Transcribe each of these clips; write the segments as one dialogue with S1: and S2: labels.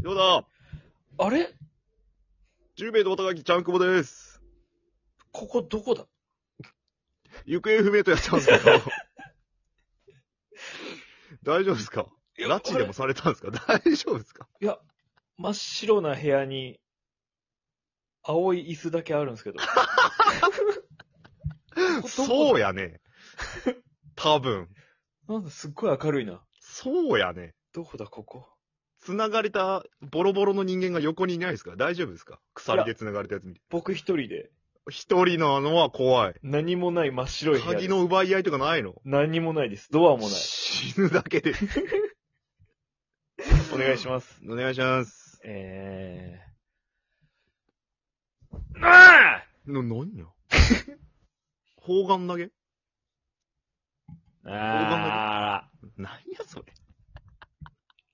S1: どうだ
S2: あれ
S1: 10名の綿垣ちゃんくぼです。
S2: ここどこだ
S1: 行方不明とやってます けど。大丈夫ですか
S2: いや
S1: 拉致でもされたんですか大丈夫ですか
S2: いや、真っ白な部屋に、青い椅子だけある んですけど。こ
S1: そうやね。多分。
S2: なんだ、すっごい明るいな。
S1: そうやね。
S2: どこだ、ここ。
S1: 繋がれたボロボロの人間が横にいないですか大丈夫ですか鎖で繋がれたやつ見て。
S2: 僕一人で、
S1: 一人のあのは怖い。
S2: 何もない真っ白い部屋で
S1: 鍵
S2: す。
S1: の奪い合いとかないの
S2: 何もないです。ドアもない。
S1: 死ぬだけで。
S2: お願いします。
S1: お願いします。
S2: えー。なあ
S1: な、なんや 砲丸投げ
S2: な
S1: なんやそれ。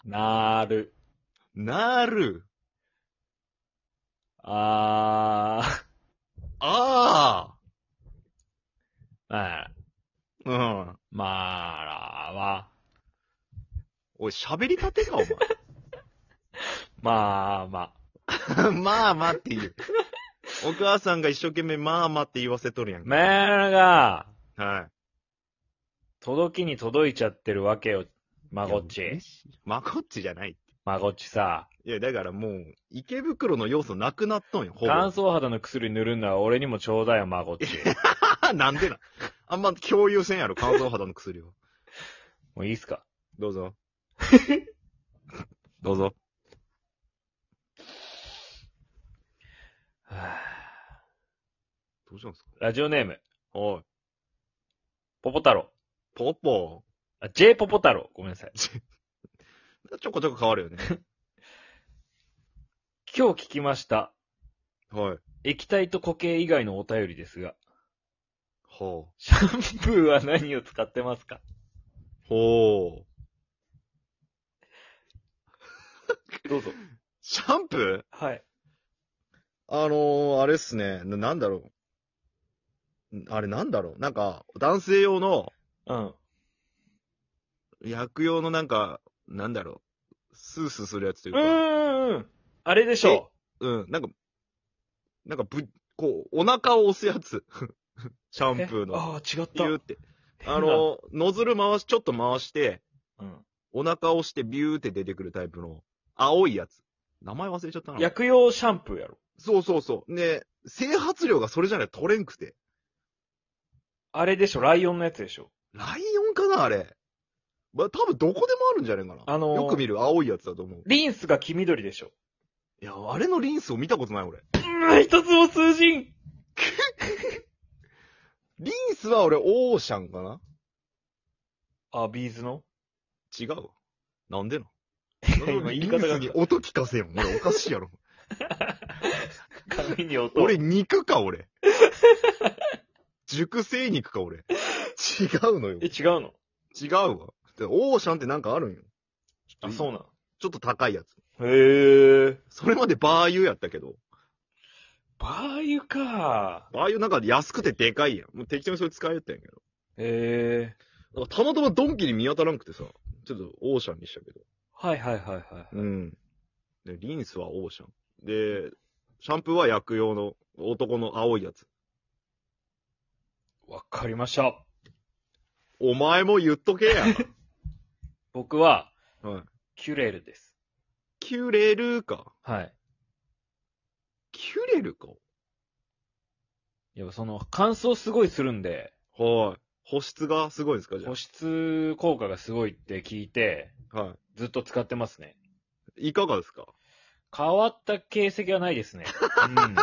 S2: ーなる。
S1: なる。
S2: あー。
S1: あ
S2: な
S1: あ。うん。
S2: まーらは。
S1: おい、喋りたてか、お前。
S2: まあま
S1: まあまあって言う。お母さんが一生懸命まあまあって言わせとるやん
S2: あ。
S1: か。
S2: メールが、
S1: はい。
S2: 届きに届いちゃってるわけよ。まごっ
S1: いや
S2: ち。。
S1: まこっちじゃない。
S2: まごっちさ。
S1: いや、だからもう、池袋の要素なくなっとんよ、ほぼ。
S2: 乾燥肌の薬塗るんなら俺にもちょうだいよ、まごっち。
S1: なんでなん。あんま共有せんやろ、乾燥肌の薬を。
S2: もういいっすか
S1: どうぞ。 どうぞ。
S2: はあ
S1: どうしたんですか
S2: ラジオネーム、
S1: おい。
S2: ポポ太郎。
S1: ポッポ
S2: あ、J ポポ太郎。ごめんなさい。
S1: ちょこちょこ変わるよね。
S2: 今日聞きました。
S1: はい。
S2: 液体と固形以外のお便りですが、
S1: ほ
S2: シャンプーは何を使ってますか
S1: う。ほう。
S2: どうぞ。
S1: シャンプー
S2: はい。
S1: あのー、あれっすね。な、なんだろう。んあれなんだろう。なんか、男性用の、
S2: うん。
S1: 薬用のなんか、なんだろう。スースーするやつという
S2: う
S1: か、
S2: ーん。あれでしょ
S1: うん、なんか、なんかぶ、こう、お腹を押すやつ。 シャ
S2: う。
S1: ンプー
S2: え
S1: の。
S2: ああ、違った。
S1: ビューって。
S2: 変な
S1: あ、のー、ノズル回し、ちょっと回して、
S2: うん。
S1: お腹を押してビューって出てくるタイプの、青いやつ。名前忘れちゃったな。
S2: 薬用シャンプーやろ。
S1: そうそうそう。ね、整髪量がそれじゃないと取れんくて。
S2: あれでしょ、ライオンのやつでしょ。
S1: ライオンかなあれ。まあ、多分どこでもあるんじゃないかな。
S2: あのー
S1: よく見る青いやつだと思う。
S2: リンスが黄緑でしょ。
S1: いや、あれのリンスを見たことない俺。
S2: うん、一つも数人
S1: リンスは俺、オーシャンかな
S2: あ、ビーズの
S1: 違うわ。なんでの
S2: や 今言い方が
S1: リンスに音聞かせん。俺おかしい やろ。
S2: 髪に音。
S1: 俺、肉か、俺。 熟成肉か、俺。違うのよ。
S2: え、
S1: 違
S2: 違うの
S1: うわ。でオーシャンってなんかあるんよ。
S2: あ、そう
S1: う。
S2: な
S1: ちょっと高いやつ。
S2: の。へえ。
S1: それまでバーユーやったけど。
S2: バー油か。
S1: バーユーなんか安くてでかいやん。もう適当にそれ使えよったんやけど。
S2: へえ。
S1: なんかたまたまドンキに見当たらんくてさ、ちょっとオーシャンにしたけど。
S2: はいはいはいはい。
S1: うん。で、リンスはオーシャン。で、シャンプーは薬用の男の青いやつ。
S2: わかりました。
S1: お前も言っとけや。
S2: 僕は、
S1: はい。
S2: キュレルです。
S1: キュレルか。
S2: はい。
S1: キュレルか。
S2: いや、その、乾燥すごいするんで、
S1: はい。保湿がすごいですかじゃ
S2: 保湿効果がすごいって聞いて、
S1: あ。は
S2: ずっと使ってますね。
S1: い。いかがですか
S2: 変わった形跡はない ですね。うん。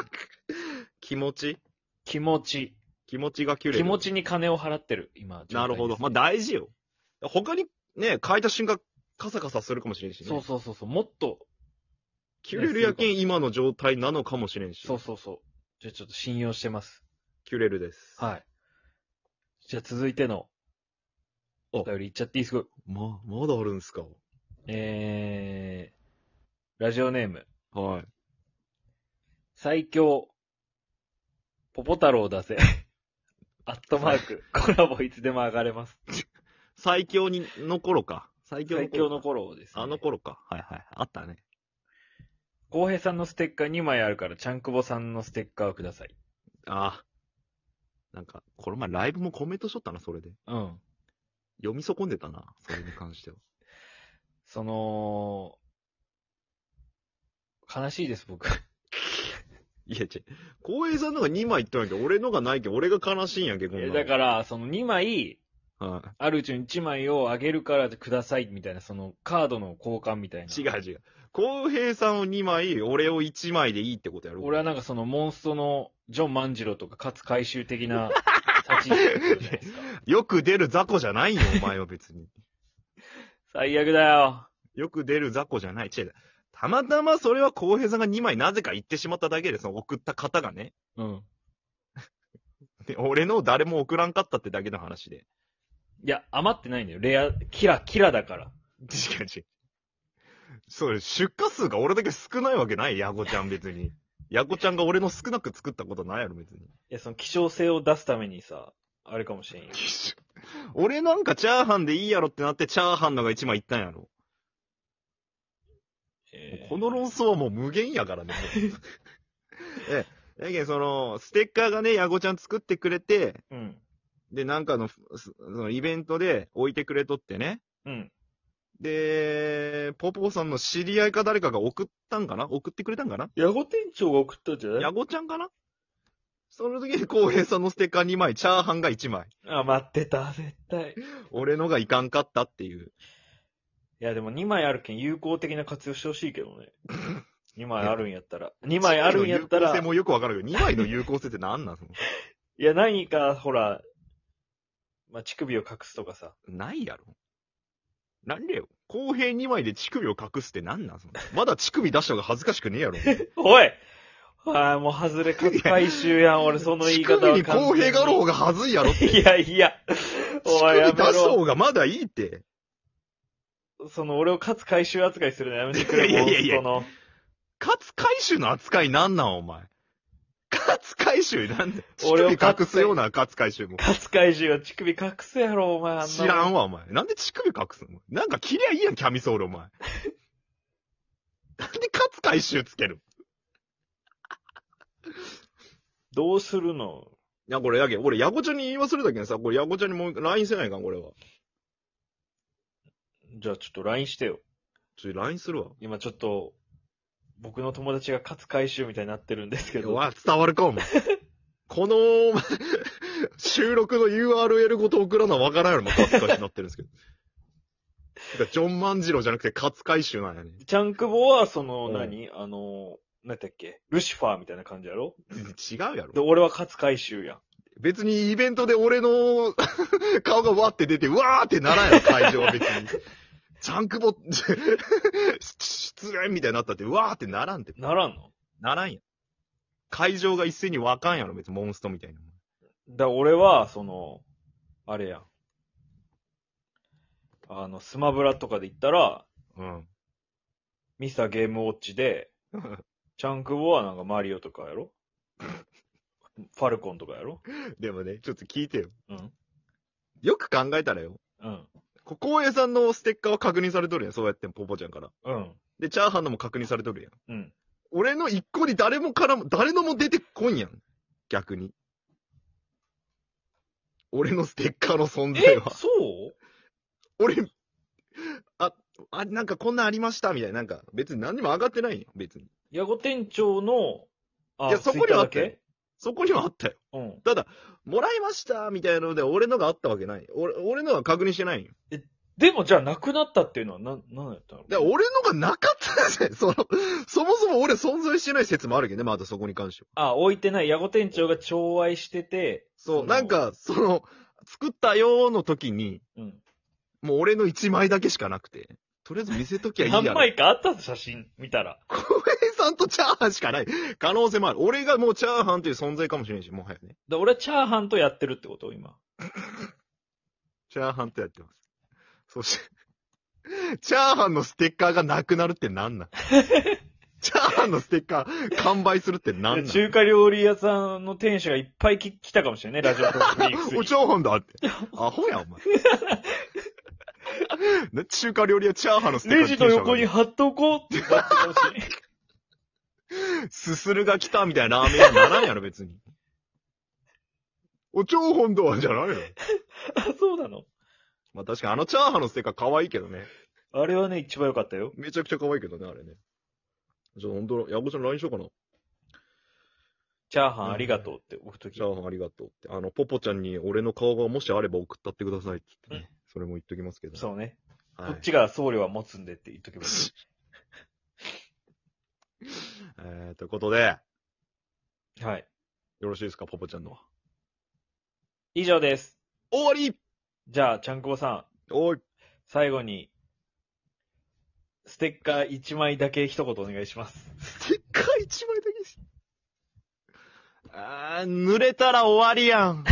S1: 気持ち
S2: 気持ち。
S1: 気持ちがキュレル。
S2: 気持ちに金を払ってる、今。
S1: なるほど。まあ
S2: あ、
S1: 大事よ。他にね、変えた瞬間、カサカサするかもしれんしね。
S2: そうそうそうそう、もっと、
S1: キュレルやけん今の状態なのかもしれんし。
S2: そうそうそう。じゃあちょっと信用してます。
S1: キュレルです。
S2: はい。じゃあ続いての、
S1: お
S2: お便りいっちゃっていいですか
S1: ま、まだあるんすか
S2: えー、ラジオネーム、
S1: はい。
S2: 最強、ポポ太郎だぜ。 アットマー ク、コラボいつでも上がれます。
S1: 最強にの頃か。最強の
S2: 最
S1: 頃
S2: 強
S1: か
S2: の頃をですね。
S1: あの頃か。はいはい。あったね。
S2: 浩平さんのステッカー2枚あるから、ちゃんくぼさんのステッカーをください。
S1: ああ。なんか、この前ライブもコメントしとったな、それで。
S2: うん。
S1: 読み損んでたな、それに関 しては。
S2: その、悲 しいです、僕。
S1: いや、違う。浩平さんのが2枚言ったんやけど、俺のがないけど、俺が悲しいんやんけ、こんな
S2: え
S1: の
S2: だから、その2枚、
S1: はい
S2: あるうちの1枚をあげるからください、みたいな、そのカードの交換みたいな。
S1: 違う違う。浩平さんを2枚、俺を1枚でいいってことやろ
S2: 俺はなんかそのモンストのジョン万次郎とか勝回収的 な立ち位置ってことじゃないですか。
S1: よく出る雑魚じゃないよ、お前は別に。
S2: 最悪だよ。
S1: よく出る雑魚じゃない。違う。たまたまそれは浩平さんが2枚なぜか言ってしまっただけで、その送った方がね。
S2: うん。
S1: で俺のを誰も送らんかったってだけの話で。
S2: いや、余ってないんだよ。レア、キラ、キラだから。
S1: 違う違う。そう、出荷数が俺だけ少ないわけない、ヤゴちゃん別に。ヤゴちゃんが俺の少なく作ったことないやろ、別に。
S2: いや、その希少性を出すためにさ、あれかもしれんよ。
S1: 俺なんかチャーハンでいいやろってなって、チャーハンのが1枚いったんやろ。
S2: えー
S1: この論争はもう無限やからね。 ええ、だけどその、ステッカーがね、ヤゴちゃん作ってくれて、
S2: うん。
S1: で、なんかの、すそのイベントで置いてくれとってね。
S2: うん。
S1: で、ポポさんの知り合いか誰かが送ったんかな送ってくれたんかな
S2: ヤゴ店長が送ったんじゃ
S1: ヤゴちゃんかなその時に浩平さんのステッカー2枚、チャーハンが1枚。
S2: あ、待ってた、絶対。い
S1: 俺のがいかんかったっていう。
S2: や、でも2枚あるけん有効的な活用してほしいけ どね。2枚あるんや ったら。2枚あるんやった
S1: 有効
S2: ら
S1: 性、もよくわかるけど、2枚の有効性って何なんその
S2: いや、何か、ほら、まあ、乳首を隠すとかさ。
S1: ないやろ。なんでよ。公平2枚で乳首を隠すってなんなんそのまだ乳首出した方が恥ずかしくねえやろ。
S2: おいああ、もう外れか回収やん、俺、その言い
S1: 乳
S2: 方
S1: 首
S2: は
S1: に公平がある方が恥ずいやろ。乳
S2: いやいや、おい、
S1: 首
S2: や
S1: 出
S2: め
S1: した
S2: ろ。
S1: 方がまだいいって。
S2: その、俺を勝回収扱いするのやめてくれ、
S1: いやいやいや
S2: もうその、
S1: 勝回収の扱いなんなんお前。勝回収なんで乳
S2: 俺を
S1: 首隠すような勝回収も。
S2: 勝回収は乳首隠すやろ、お前、あんなの
S1: 知らんわ、お前。なんで乳首隠すのなんか切りゃいいやん、キャミソール、お前。なんで勝回収つける
S2: どうするの
S1: いや、これやけ、俺、ヤゴちゃんに言い忘れたけんさ、これヤゴちゃんにもう LINE せないかん、これは。
S2: じゃあ、ちょっと LINE してよ。
S1: ちょ、LINE するわ。
S2: 今、ちょっと、僕の友達が勝回収みたいになってるんですけど。
S1: わ、伝わるか、お前。 この、収録の URL ごと送らなわからんやろ、もう、勝海舟になってるんですけ ど。てかジョン万次郎じゃなくて、勝海舟なんやね。
S2: チャンクボは、その、
S1: うん
S2: 何あの、なんだっけルシファーみたいな感じやろ
S1: 違うや
S2: で、
S1: ろ。
S2: 俺は勝回収やん。
S1: 別にイベントで俺の 顔がわって出て、うわーってならんやろ、会場は別に。チャンクボ、失礼みたいになったって、うわーってならんって。
S2: ならんの
S1: ならんやん。会場が一斉にわかんやろ、別にモンストみたいな。
S2: だ、俺は、その、あれやん。あの、スマブラとかで言ったら、
S1: うん。
S2: ミスターゲームウォッチで、チャンクボはなんかマリオとかやろ ファルコンとかやろ
S1: でもね、ちょっと聞いてよ。
S2: うん。
S1: よく考えたらよ。
S2: うん。
S1: こ浩平さんのステッカーは確認されとるやん、そうやってポポちゃんから。
S2: うん。
S1: で、チャーハンのも確認されとるやん。
S2: うん。
S1: 俺の一個に誰もからも、誰のも出てこんやん。逆に。俺のステッカーの存在
S2: え
S1: は、。
S2: そう
S1: 俺、あ、あ、なんかこんなんありました、みたいな。なんか、別に何にも上がってないよ、別に。
S2: ヤゴ店長の、あ
S1: いやそこにはあったよ
S2: ツイッ
S1: そこにはあったよ。
S2: ターだけうん。
S1: もらいました、みたいなので、俺のがあったわけない。俺、俺のが確認してないよ。
S2: でもじゃあなくなったっていうのは、な、なんやったの
S1: で、俺のがなかったんその、そもそも俺存在してない説もあるけどね、まだそこに関しては。
S2: あ、置いてない。ヤゴ店長が寵愛してて、
S1: そうう、
S2: ん
S1: なんか、その、作ったよーの時に、
S2: うん。
S1: もう俺の一枚だけしかなくて、とりあえず見せときゃいいやろ。
S2: 何枚かあったぞ、写真見たら。
S1: 小林さんとチャーハンしかない。可能性もある。俺がもうチャーハンという存在かもしれんし、もはやね。
S2: で俺はチャーハンとやってるってこと今。
S1: チャーハンとやってます。そして、チャーハンのステッカーがなくなるってなんなんチャーハンのステッカー完売するってなんなん
S2: 中華料理屋さんの店主がいっぱいき来たかもしれないね、ラジオトークウィークスに
S1: お チャーハンだって。アホやん、お前。ね中華料理屋チャーハンのステッカー
S2: レジの横に貼っとこうってなってたかもしれない。
S1: すするが来たみたいなラーメン屋にならんやろ、別に。お、超本堂はじゃないの
S2: あ、そうなの
S1: まあ確かにあのチャーハンのステッカー可愛いけどね。
S2: あれはね、一番良かったよ。
S1: めちゃくちゃ可愛いけどね、あれね。ちょっと本当ヤコちゃん LINE しようかな。
S2: チャーハンありがとうって置くとき。
S1: チャーハンありがとうって。あの、ポポちゃんに俺の顔がもしあれば送ったってくださいって言ってね。それも言っときますけど。
S2: そうね。
S1: はい、
S2: こっちが送料は持つんでって言っとけばいい。
S1: えー、ということで、
S2: はい。
S1: よろしいですか、ポポちゃんのは。
S2: 以上です。
S1: 終わり
S2: じゃあ、ちゃんこさん、
S1: おい。
S2: 最後に、ステッカー1枚だけ一言お願いします。
S1: ステッカー1枚だけし。あー、濡れたら終わりやん。